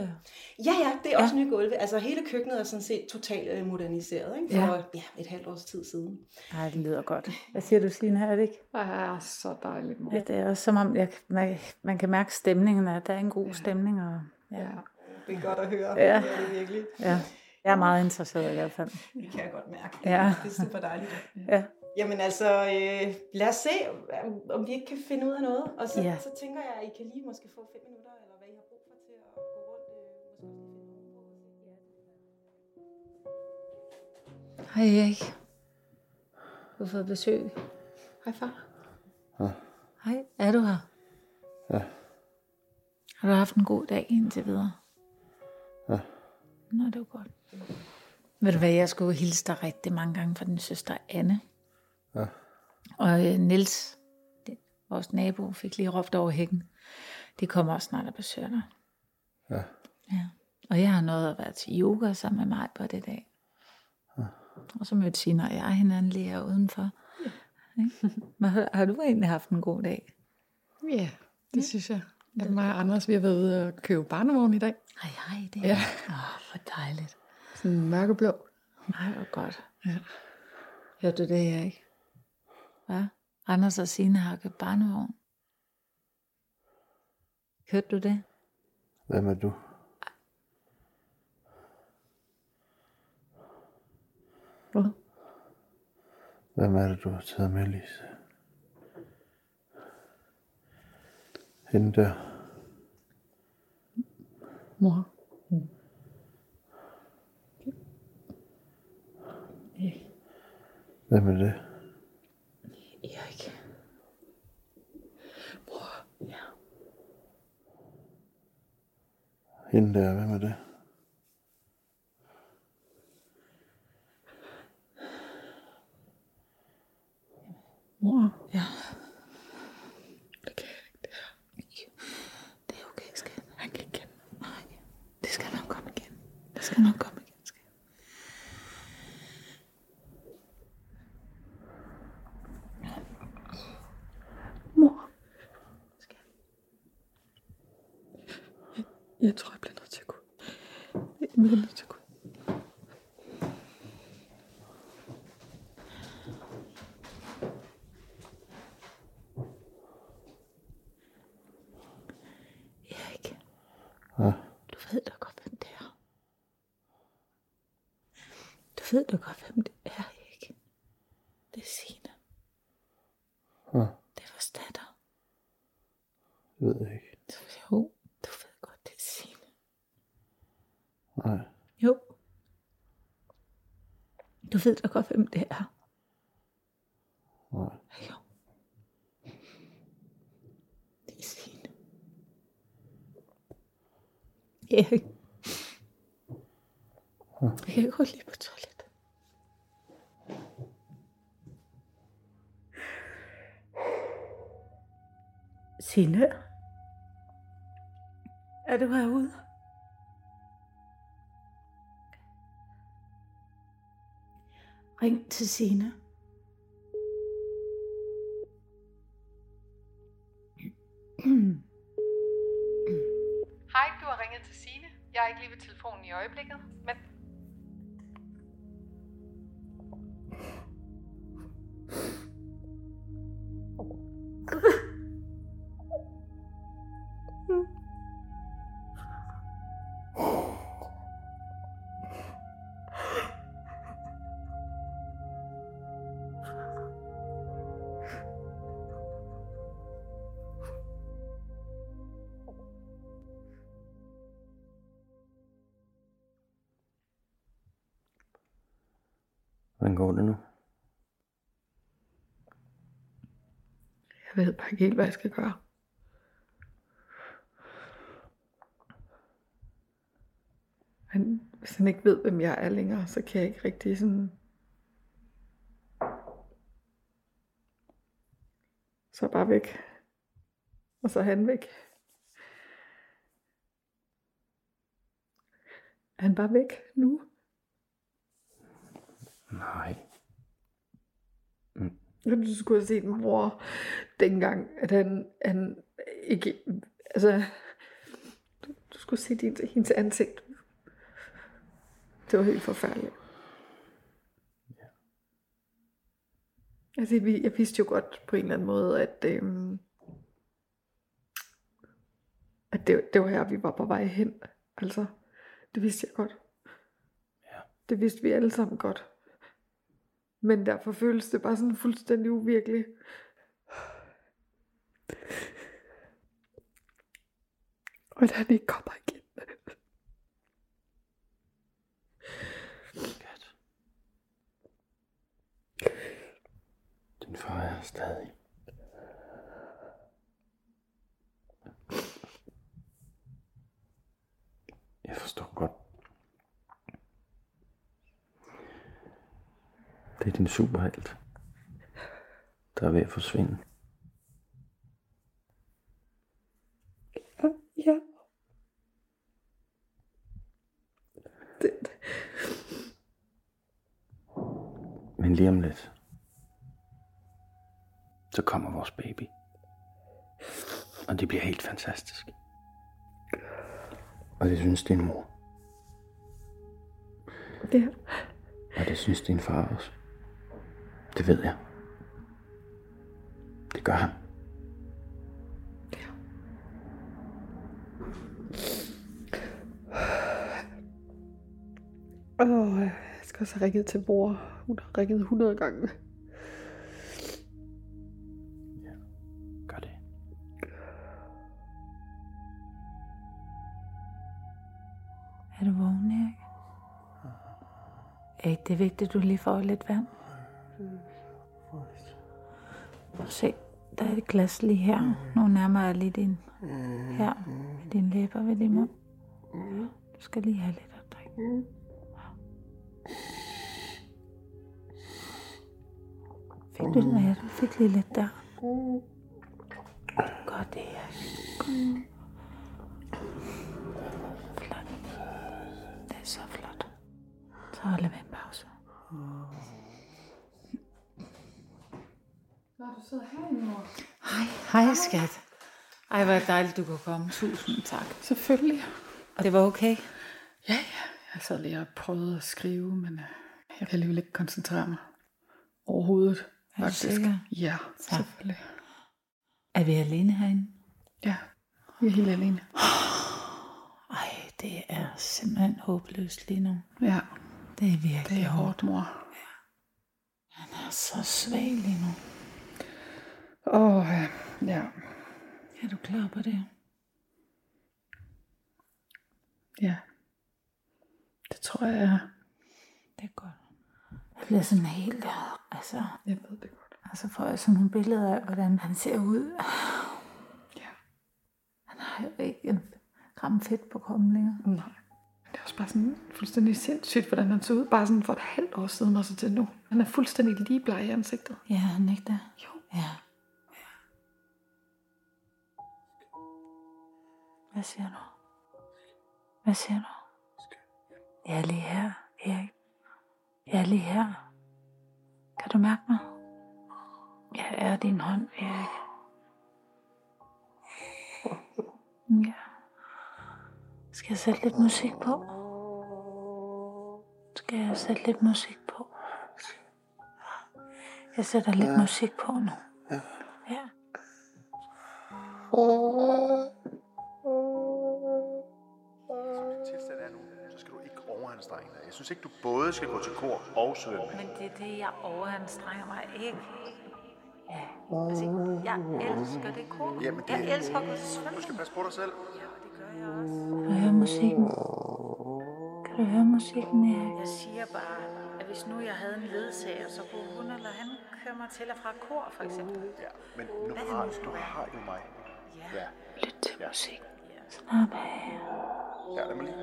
E: ja, det er også nye gulve. Altså hele køkkenet er sådan set totalt øh, moderniseret, ikke? For ja. ja, et halvt års tid siden.
B: Nej, det lyder godt. Hvad siger du, Signe? Er det ikke?
D: Ja, så dejligt, mor.
B: Ja, det er også som om, jeg, man, man kan mærke stemningen, at der er en god stemning. Og,
D: Ja.
E: Det er godt at høre.
B: Ja.
E: Det er det virkelig.
B: ja. Jeg er meget interesseret i hvert fald.
E: Det kan jeg godt mærke.
B: Ja.
E: Det er super dejligt.
B: Ja.
E: Jamen altså, øh, lad os se, om- om vi ikke kan finde ud af noget. Og så,
B: Ja.
E: så tænker jeg, at I kan lige måske få fem minutter, eller hvad I har brug for til at gå rundt. Øh, måske lige finde nogen på.
G: Hej Erik. Du har fået besøg.
E: Hej far.
B: Hej, er du her?
C: Ja.
B: Har du haft en god dag indtil videre?
C: Ja.
B: Nå, det var godt. Ved du hvad, jeg skulle hilse dig rigtig mange gange fra din søster Anne.
C: Ja.
B: Og øh, Nils, det, vores nabo, fik lige råbt over hækken. De kommer også snart og besøger dig.
C: Ja.
B: ja. Og jeg har nået at være til yoga sammen med mig på det dag. Ja. Og så mødte Sina og jeg hinanden lige her udenfor. Ja. Hvad, har- har du egentlig haft en god dag?
D: Ja, det synes jeg. Ja, mig og Anders, vi har været ude og købe barnevogn i dag.
B: Ej, ej, det er...
D: Ja.
B: Åh, hvor dejligt.
D: Sådan en mørkeblå.
B: Nej, hvor godt.
D: Ja.
B: Hørte du det, Erik? Hvad? Anders og Signe har købt barnevogn. Hørte du det?
C: Hvad med du?
D: Hvad?
C: Hvem er det, du har taget med, Lise? Hende der.
D: Mor. Mm.
C: Hvem er det?
D: Erik.
C: Hende der, hvem er det?
D: Mor.
B: Det er okay, skat.
D: Han kan ikke kende.
B: Nej, det skal nok komme igen. Det skal nok komme igen, skat.
D: Mor. Jeg, jeg tror, jeg bliver nødt til at gå. Jeg bliver nødt til at gå.
B: Erik,
C: Ja.
B: du ved da godt, hvem det er. Du ved da godt, hvem det er, Erik. Det er Signe.
C: Ja.
B: Det er vores datter.
C: Det ved jeg ikke.
B: Jo, du ved godt, det er Signe.
C: Nej.
B: Jo. Du ved da godt, hvem det er.
C: Nej.
B: Jo. Det er Signe. Erik. Jeg kan godt lige på toilettet. Signe? Er du herude? Ring til Signe.
K: Hej, du har ringet til Sine. Jeg er ikke lige ved telefonen i øjeblikket, men...
C: Hvordan går det nu?
D: Jeg ved bare ikke helt, hvad jeg skal gøre. Men hvis han ikke ved, hvem jeg er længere, så kan jeg ikke rigtig sådan... Så er jeg bare væk. Og så er han væk. Er han bare væk nu?
C: Nej. Mm.
D: Du skulle have set min bror dengang, at han, han ikke... Altså, du, du skulle se dit, hendes ansigt. Det var helt forfærdeligt. Altså, jeg, jeg vidste jo godt på en eller anden måde, at, øhm, at det, det var her, vi var på vej hen. Altså, det vidste jeg godt. Ja. Det vidste vi alle sammen godt. Men derfor føles det bare sådan fuldstændig uvirkeligt. Og at han ikke kommer igen.
C: Din far er her stadig. Jeg forstår godt. Det er din superhelt, der er ved at forsvinde.
D: Ja. Det,
C: Men lige om lidt, så kommer vores baby. Og det bliver helt fantastisk. Og det synes din mor.
D: Ja.
C: Og det synes din far også. Det ved jeg. Det gør han.
D: Åh, jeg skal også have ringet til mor. Hun har ringet 100 gange.
B: Er du vågen, Erik? Erik, det er vigtigt, at du lige får lidt vand. Prøv at se, der er et glas lige her. Nu nærmer jeg lige din her, med din læber ved din mund. Du skal lige have lidt at drikke. Fik du den her? Du fik lige lidt der. Godt, Erik. Godt. Det er så flot. Så holder vi en pause.
D: Når du sidder herinde, mor.
B: Hej, hej skat. Ej, hvor dejligt, du kunne komme. Tusind tak.
D: Selvfølgelig.
B: Og det var okay?
D: Ja, ja. Jeg sad lige og prøvede at skrive, men øh, jeg kan alligevel ikke koncentrere mig. Overhovedet,
B: Er du sikker?
D: Ja,
B: Så.
D: selvfølgelig.
B: Er vi alene herinde?
D: Ja, vi er helt alene.
B: Ej, det er simpelthen håbløst lige nu.
D: Ja,
B: Det er virkelig
D: det er hårdt, mor.
B: Han er så svag lige nu.
D: Åh, oh, ja.
B: Er du klar på det?
D: Ja. Det tror jeg, jeg er.
B: Det er godt. Jeg bliver sådan helt... øh, Altså,
D: Jeg ved det godt.
B: og så får jeg sådan nogle billeder af, hvordan han ser ud.
D: Ja.
B: Han har jo ikke en gram fedt på kroppen længere.
D: Nej. Men det er også bare sådan fuldstændig sindssygt, hvordan han så ud. Bare sådan for et halvt år siden og så til nu. Han er fuldstændig ligebleg i ansigtet.
B: Ja, er han ikke det?
D: Jo.
B: Ja. Hvad siger du? Hvad siger du? Jeg er lige her, Erik. Jeg er lige her. Kan du mærke mig? Jeg er din hånd, Erik. Ja. Skal jeg sætte lidt musik på? Skal jeg sætte lidt musik på? Jeg sætter lidt musik på nu. Ja.
L: tilstand er nu, så skal du ikke overanstrenge dig. Jeg synes ikke, du både skal gå til kor og svømme.
B: Men det er det, jeg overanstrenger mig ikke. Ja. Altså, jeg elsker det kor.
L: Jamen, det-
B: Jeg elsker at gå til
L: Du
B: svømning.
L: skal passe på dig selv.
B: Kan du høre musikken? Kan du høre musikken, Erik?
M: Jeg siger bare, at hvis nu jeg havde en ledsager, så kunne hun eller han køre mig til og fra kor, for eksempel. Ja.
L: Men nu har du har jo mig. Ja.
B: Lyt til musik. Snap af.
L: Ja, lad mig lige.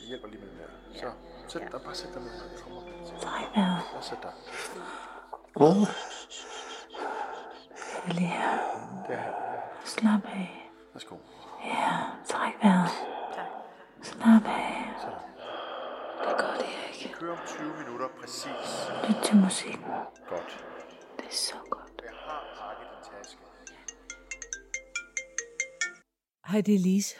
L: Jeg hjælper lige med det der. Så sæt dig, bare sæt dig ned. når jeg kommer.
B: Træk vejret.
L: Bare sæt dig.
B: Jeg er lige her.
L: Det er her.
B: Slap af.
L: Værsgo.
B: Ja, træk vejret. Slap af.
L: Kør om 20 minutter præcis.
B: Lyt til musikken.
L: Godt.
B: Det er så Hej, det er Lise.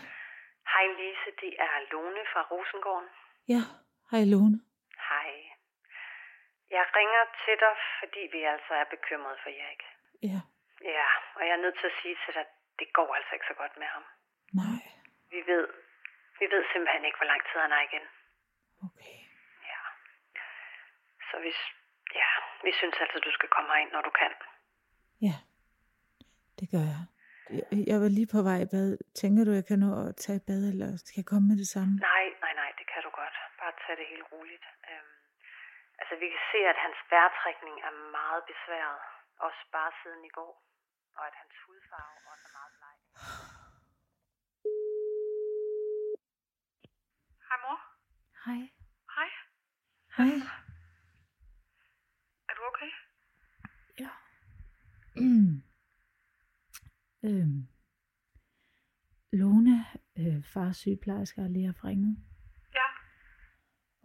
N: Hej Lise, det er Lone fra Rosengården.
B: Ja, hej Lone.
N: Hej. Jeg ringer til dig, fordi vi altså er bekymrede for Erik.
B: Ja.
N: Ja, og jeg er nødt til at sige til dig, det går altså ikke så godt med ham.
B: Nej.
N: Vi ved, vi ved simpelthen ikke, hvor lang tid han er igen.
B: Okay.
N: Ja. Så vi, s- ja, vi synes altså, du skal komme herind, når du kan.
B: Ja, det gør jeg. Jeg- Jeg var lige på vej i bad. Tænker du, jeg kan nå at tage et bad, eller skal jeg komme med det samme?
N: Nej, nej, nej, det kan du godt. Bare tag det helt roligt. Øhm, altså, vi kan se, at hans vejrtrækning er meget besværet. Også bare siden i går. Og at hans hudfarve også er meget bleg.
O: Hej mor.
B: Hej.
O: Hej.
B: Hej.
O: Er du okay?
B: Ja. Mm. øhm. Lone, øh, fars sygeplejerske, har lige haft ringet.
O: Ja.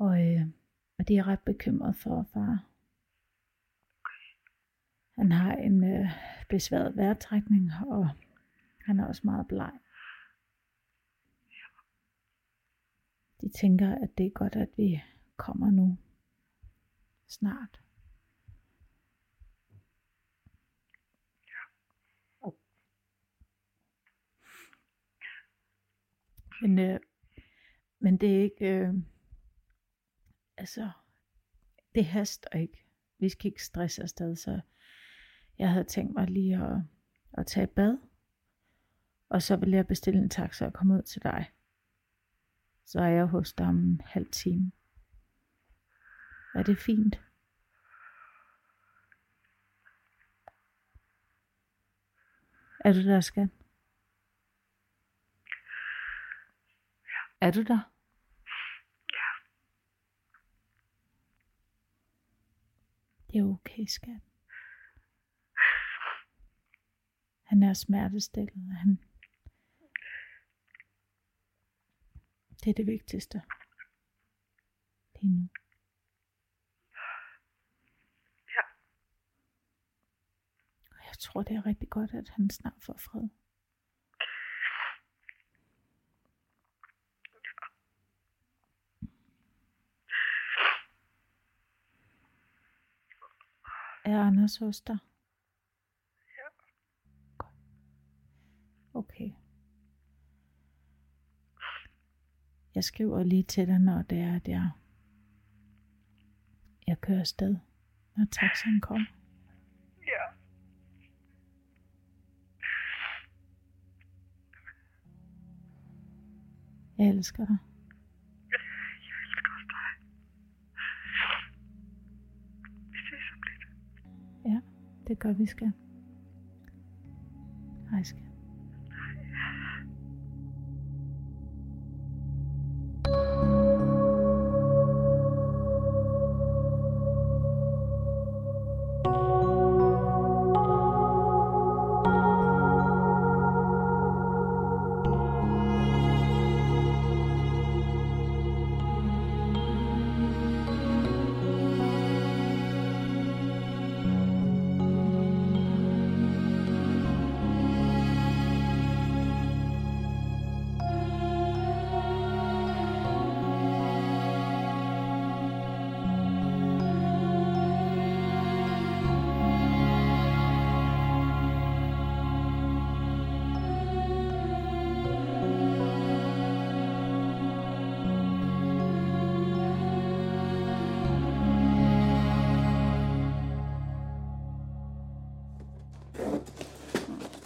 B: Og, øh, og de er ret bekymret for far. Han har en øh, besværet vejrtrækning, og han er også meget bleg. De tænker, at det er godt, at vi kommer nu. Snart. Men, øh, men det er ikke... Øh, altså, det haster ikke. Vi skal ikke stresse afsted, så jeg havde tænkt mig lige at, at tage et bad. Og så vil jeg bestille en taxa og komme ud til dig. Så er jeg hos dig om en halv time. Er det fint? Er du der, skat? Er du der? Det er okay, skat. Han er smertestillet. Han... Det er det vigtigste. Lige nu.
O: Ja.
B: Og jeg tror, det er rigtig godt, at han snart får fred. Er Anders hos dig?
O: Ja.
B: Okay. Jeg skriver lige til dig, når det er, at jeg, jeg kører afsted, når taxaen kommer.
O: Ja.
B: Jeg elsker dig.
O: Jeg elsker også dig. Vi ses om lidt.
B: Ja, det gør vi skal. Hej skal.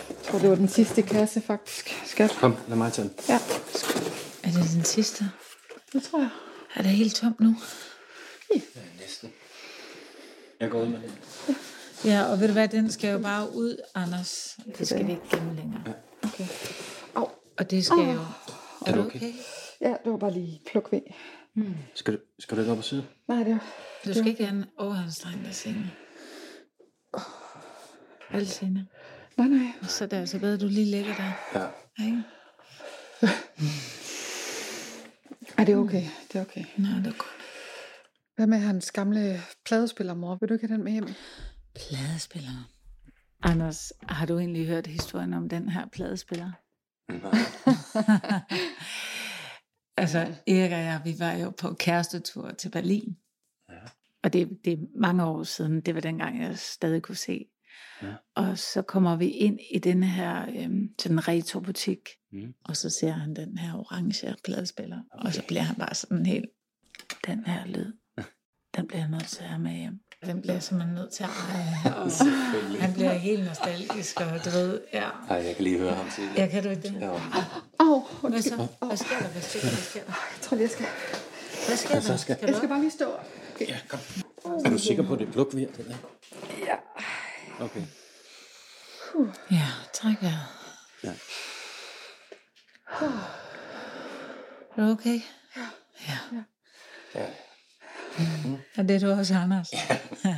D: Jeg tror, det var den sidste kasse, faktisk. Skat.
C: Kom, lad mig tage den.
D: Ja,
B: Er det den sidste?
D: det tror jeg.
B: Er det helt tomt nu?
C: Næsten. Jeg går ud med den.
B: Ja, og ved du hvad, den skal jo bare ud, Anders. Det skal vi ikke gemme længere.
D: Okay. Au.
B: Og det skal
D: Au.
B: jo...
C: Er du okay?
D: Ja, det var bare lige pluk ved.
B: Mm.
C: Skal du, skal du ikke op og sidde?
D: Nej, det var...
B: Du skal ikke have en overhandstreng af sengen. Alting.
D: Nej, nej.
B: Og så er det altså bedre, at du lige lægger dig.
C: Ja.
B: Ikke?
D: Er det er okay? Det er okay.
B: Nej, det er godt.
D: Hvad med hans gamle pladespiller, mor? Vil du ikke have den med hjem?
B: Pladespiller. Anders, har du egentlig hørt historien om den her pladespiller? altså, Erik og jeg, vi var jo på kærestetur til Berlin. Ja. Og det, det er mange år siden, det var dengang, jeg stadig kunne se. Ja. Og så kommer vi ind i den her øhm, sådan retrobutik, mm. og så ser han den her orange pladespiller, okay. og så bliver han bare sådan helt, den her lyd, den bliver jeg nødt til at have med hjem. Den bliver jeg simpelthen nødt til at eje, og
P: Selvfølgelig.
B: han bliver helt nostalgisk, og du ved, ja.
P: Nej, jeg kan lige høre ham til.
B: Jeg kan du ikke det?
P: Ja.
D: Åh,
B: Hvad så? Hvad sker der? Hvad sker der? Hvad sker der?
D: Jeg tror lige, jeg skal... Altså,
B: Hvad sker
P: Hvad så
B: der?
P: skal-
D: Jeg skal bare lige stå.
P: ja kom. Er du sikker på, at det er pluk, vi har den her?
D: Ja.
P: Okay.
B: Ja, træk vejret.
P: Ja.
B: Er du okay?
P: Ja.
B: Og det er du også, Anders. Ja.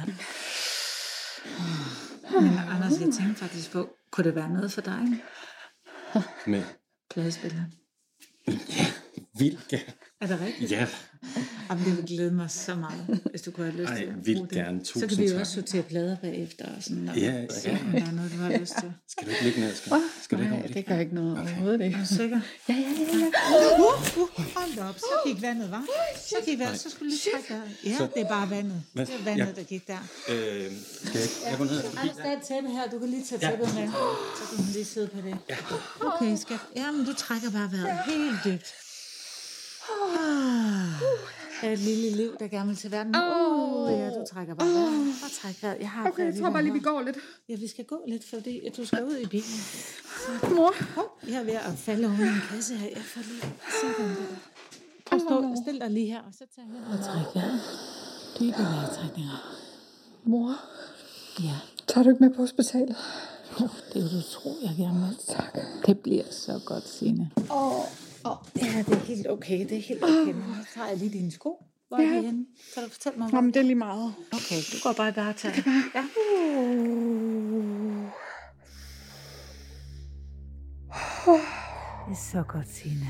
B: Men Anders, jeg tænkte faktisk på, kunne det være noget for dig?
P: Men
B: Pladespiller.
P: vildt gerne.
B: Er det rigtigt?
P: Ja,
B: Jamen, det ville glæde mig så meget, hvis du kunne have lyst
P: Ej,
B: til at
P: vildt
B: bruge det.
P: gerne.
B: Så kan
P: Tusind
B: vi jo
P: tak.
B: også sortere plader bagefter og sådan noget.
P: Ja, ja,
B: Så
P: ja.
B: om der er noget, du har lyst til.
P: skal du ikke ligge ned? Skal, skal du ikke over
D: det gør ikke noget overhovedet. Ikke?
B: Er du sikker?
D: Ja, ja, ja. ja.
F: Uh, uh, uh, hold da op, så gik vandet, var? Så gik vandet, så skulle du lige trække vejret. Ja,
P: Så-
F: det er bare vandet.
P: Hvad?
F: Det er vandet,
P: Ja.
F: der gik der.
P: Øh, skal jeg, jeg går ned?
F: Anders, der er et tæppe her, du kan lige tage tæppet med. Så kan hun lige sidde på det.
B: Okay, skat. Jamen, du trækker bare vejret helt dybt. Ah, et lille liv, der gerne vil til verden. Åh, oh, ja, du trækker bare vejret. Bare træk vejret. Jeg har
D: Okay, jeg tror bare lige, vi går lidt.
B: Ja, vi skal gå lidt, fordi at du skal ud i bilen.
D: Mor.
B: Hov, jeg er ved at falde over en kasse her. Jeg får lige sådan der. Prøv at stå, stil dig lige her, og så tager jeg og træk vejret. Dybe vejrtrækninger.
D: Mor,
B: Ja,
D: tager du ikke med på hospitalet?
B: jo, det vil du tro, jeg gerne vil. Tak. Det bliver så godt, Signe.
D: Åh,
B: Åh, ja, det er helt okay, det er helt okay. Nu tager jeg lige dine sko. Hvor er
D: Ja.
B: ja. de henne? Kan du fortælle mig, hvor
D: Jamen, det er lige meget.
B: Okay, du går bare i bare til. Ja. Det er så godt, Signe.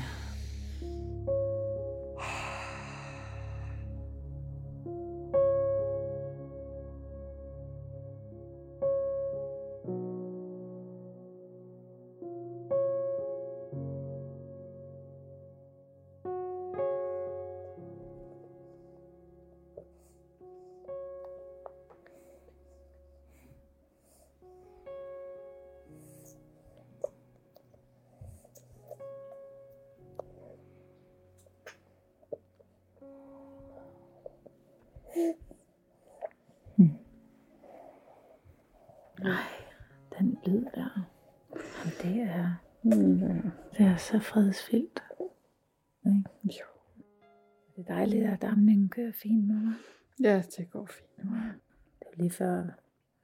B: Nej, den lyd der. Jamen, det er, det er så fredsfyldt. Ikke? Jo. Det er dejligt, at damningen kører fint nu. hva'?
D: Ja, det går fint.
B: Det var lige før,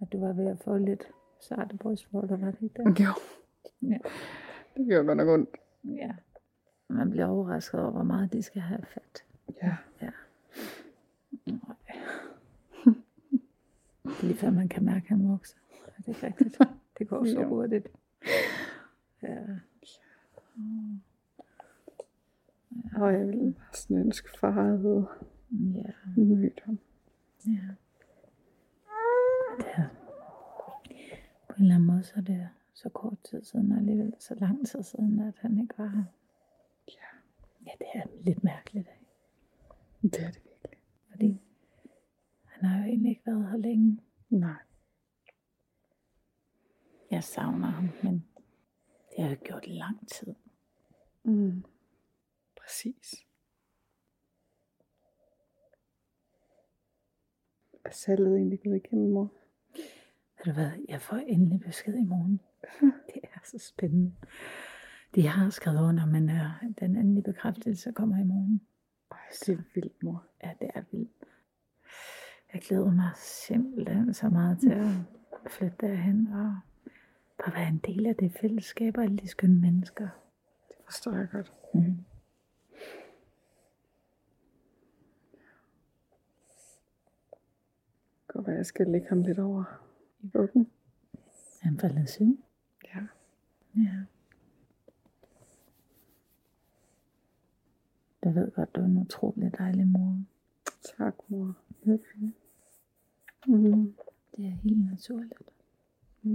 B: at du var ved at få lidt sarte brystvorter, var det ikke det?
D: Jo.
B: Ja.
D: Det gør godt nok ondt.
B: ja. Man bliver overrasket over, hvor meget de skal have fat.
D: Ja.
B: ja. Nej. Det er lige før, man kan mærke, at han vokser. Er det ikke rigtigt? Det går så
D: Jo.
B: hurtigt. Ja.
D: Og jeg ville bare sådan ønske, far havde
B: Ja.
D: mødt ham.
B: Ja. Det er, på en eller anden måde, så er det så kort tid siden, og alligevel så lang tid siden, at han ikke var her. Ja. Ja, det er lidt mærkeligt, ikke?
D: Det er det virkelig.
B: Fordi han har jo egentlig ikke været her længe.
D: Nej.
B: Jeg savner ham, men det har jeg jo gjort i lang tid.
D: Mm. Præcis. Er salget egentlig gået igennem, mor?
B: Ved du hvad, jeg får endelig besked i morgen. Det er så spændende. De har skrevet under, men øh, den endelige bekræftelse kommer i morgen.
D: Ej, det er vildt, mor.
B: Ja, det er vildt. Jeg glæder mig simpelthen så meget til at flytte derhen og bare være en del af det fællesskab og alle de skønne mennesker.
D: Det forstår jeg godt.
B: Mm.
D: Det kan godt være, jeg skal lægge ham lidt over i vuggen.
B: Han falder i søvn.
D: Ja.
B: Ja. Jeg ved godt, du er en utrolig dejlig mor.
D: Tak, mor.
B: Mhm.
D: Mm.
B: Det er helt naturligt.
D: Ja.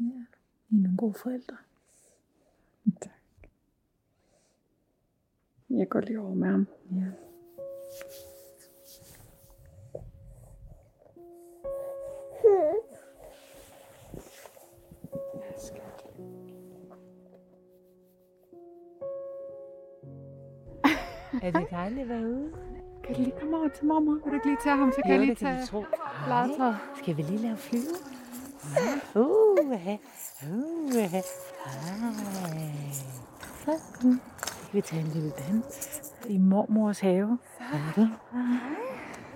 B: Ja. I er nogle gode forældre.
D: Jeg går lige over med ham. Ja.
B: Er det dejligt at være ude?
D: Kan du lige komme over til mormor? Vil du ikke lige tage ham, så kan
B: Jo,
D: jeg lige
B: det kan
D: tage
B: vi tro.
D: legetøjet?
B: Skal vi lige lave flyve? Ja. Uh, uh, uh, Hej. Sådan. Skal vi tage en lille dans i mormors have? Sådan.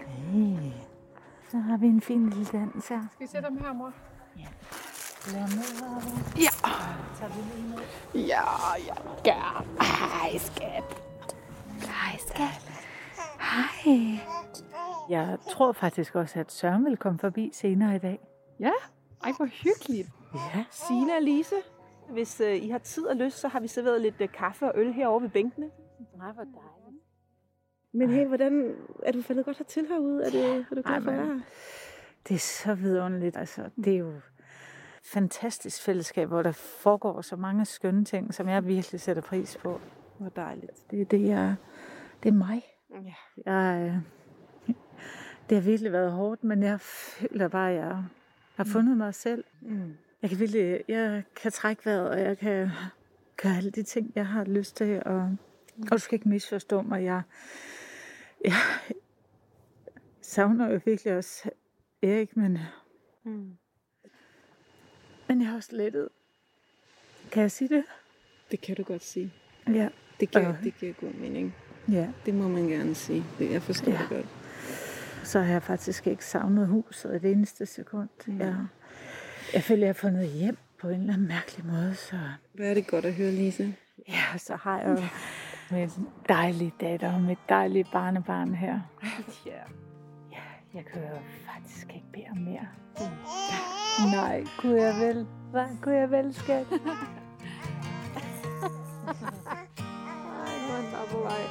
B: Hey. Så har vi en fin lille dans her.
D: Skal vi sætte ham her, mor?
B: Lad med,
D: Ja.
B: Tager vi lige med?
D: Ja, ja, gerne. Hej, skat.
B: Hej, skat. Hej. Jeg tror faktisk også, at Søren vil komme forbi senere i dag.
D: Ja, ej hvor hyggeligt.
B: Ja.
J: Sina og Lise, hvis øh, I har tid og lyst, så har vi serveret lidt øh, kaffe og øl herovre ved bænkene.
B: Nej, hvor dejligt.
J: Men hey, hvordan er du faldet godt hertil herude? Er, det, er du glad for at
B: Ej,
J: være
B: men-
J: her?
B: Det er så vidunderligt. Altså,
J: Mm.
B: det er jo et fantastisk fællesskab, hvor der foregår så mange skønne ting, som jeg virkelig sætter pris på.
J: Hvor dejligt.
B: Det, er det, jeg, det er mig.
J: Ja.
B: Jeg, øh, det har virkelig været hårdt, men jeg føler bare, at jeg har fundet mig selv.
J: Mm.
B: Jeg kan, virkelig, jeg kan trække vejret, og jeg kan gøre alle de ting, jeg har lyst til. Og, og du skal ikke misforstå mig. Jeg, jeg savner jo virkelig også Erik, men,
J: Mm.
B: men jeg er også lettet. Kan jeg sige det?
J: Det kan du godt sige.
B: Ja.
J: Det giver,
B: Og-
J: det giver god mening.
B: Ja.
J: Det må man gerne sige. Det, jeg forstår ja. det godt.
B: Så har jeg faktisk ikke savnet huset et eneste sekund. Jeg, jeg føler, jeg har fundet hjem på en eller anden mærkelig måde. Så,
J: Hvad er det godt at høre, Lise?
B: ja, så har jeg jo min dejlige datter og mit dejlige barnebarn her.
J: Ja.
B: Ja, jeg kan jo faktisk ikke bede om mere. Nej, kunne jeg vel. Hvad kunne jeg vel, skat?
J: Ej, hvor er den bare på vej.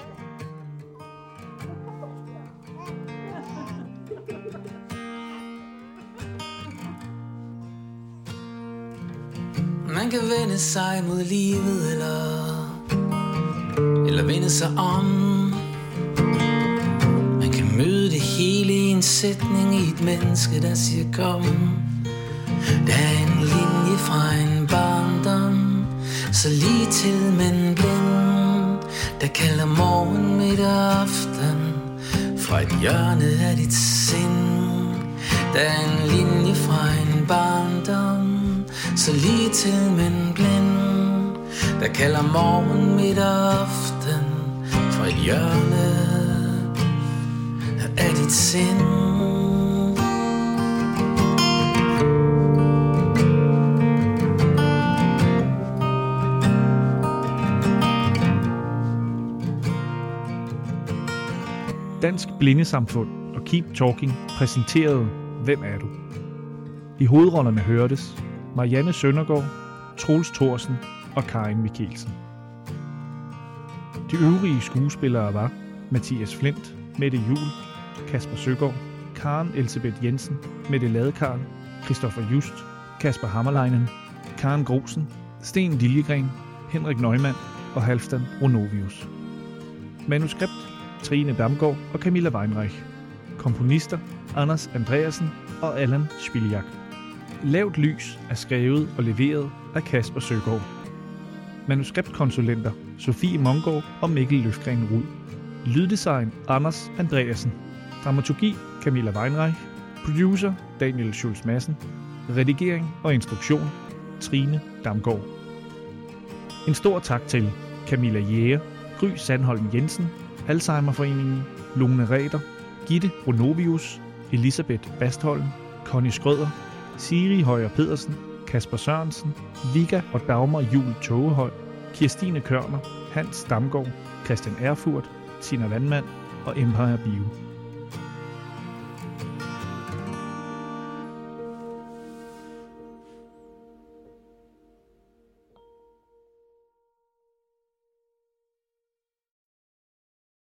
Q: Man kan vende sig mod livet eller Eller vende sig om Man kan møde det hele i en sætning I et menneske der siger kom Der er en linje fra en barndom Så lige til men blind Der kalder morgen midt og aften Fra et hjørne af dit sind Der er en linje fra en barndom så lige til men blind Der kalder morgen midt og aften Fra et hjørne af dit sind
R: Dansk Blindesamfund og Keep Talking præsenterede Hvem er du? I hovedrollerne hørtes Marianne Søndergaard, Troels Thorsen og Karin Mikkelsen. De øvrige skuespillere var Mathias Flint, Mette Jul, Kasper Søgaard, Karen Elisabeth Jensen, Mette Ladekarl, Christoffer Just, Kasper Hammerleinen, Karen Grosen, Sten Liljegren, Henrik Neumann og Halfdan Ronovius. Manuskript Trine Damgaard og Camilla Weinreich. Komponister Anders Andreasen og Allan Spiljak. Lavt lys er skrevet og leveret af Kasper Søgaard. Manuskriptkonsulenter Sofie Mongård og Mikkel Løfgren Rud. Lyddesign Anders Andreasen. Dramaturgi Camilla Weinreich. Producer Daniel Schulz Madsen. Redigering og instruktion Trine Damgaard. En stor tak til Camilla Jæger, Gry Sandholm Jensen, Alzheimerforeningen, Lone Ræder, Gitte Ronovius, Elisabeth Bastholm, Conny Skrøder, Siri Højer Pedersen, Kasper Sørensen, Vika og Dagmar Jul Togehøj, Kirstine Kørner, Hans Damgaard, Christian Erfurt, Tina Vandmand og Empire Bio.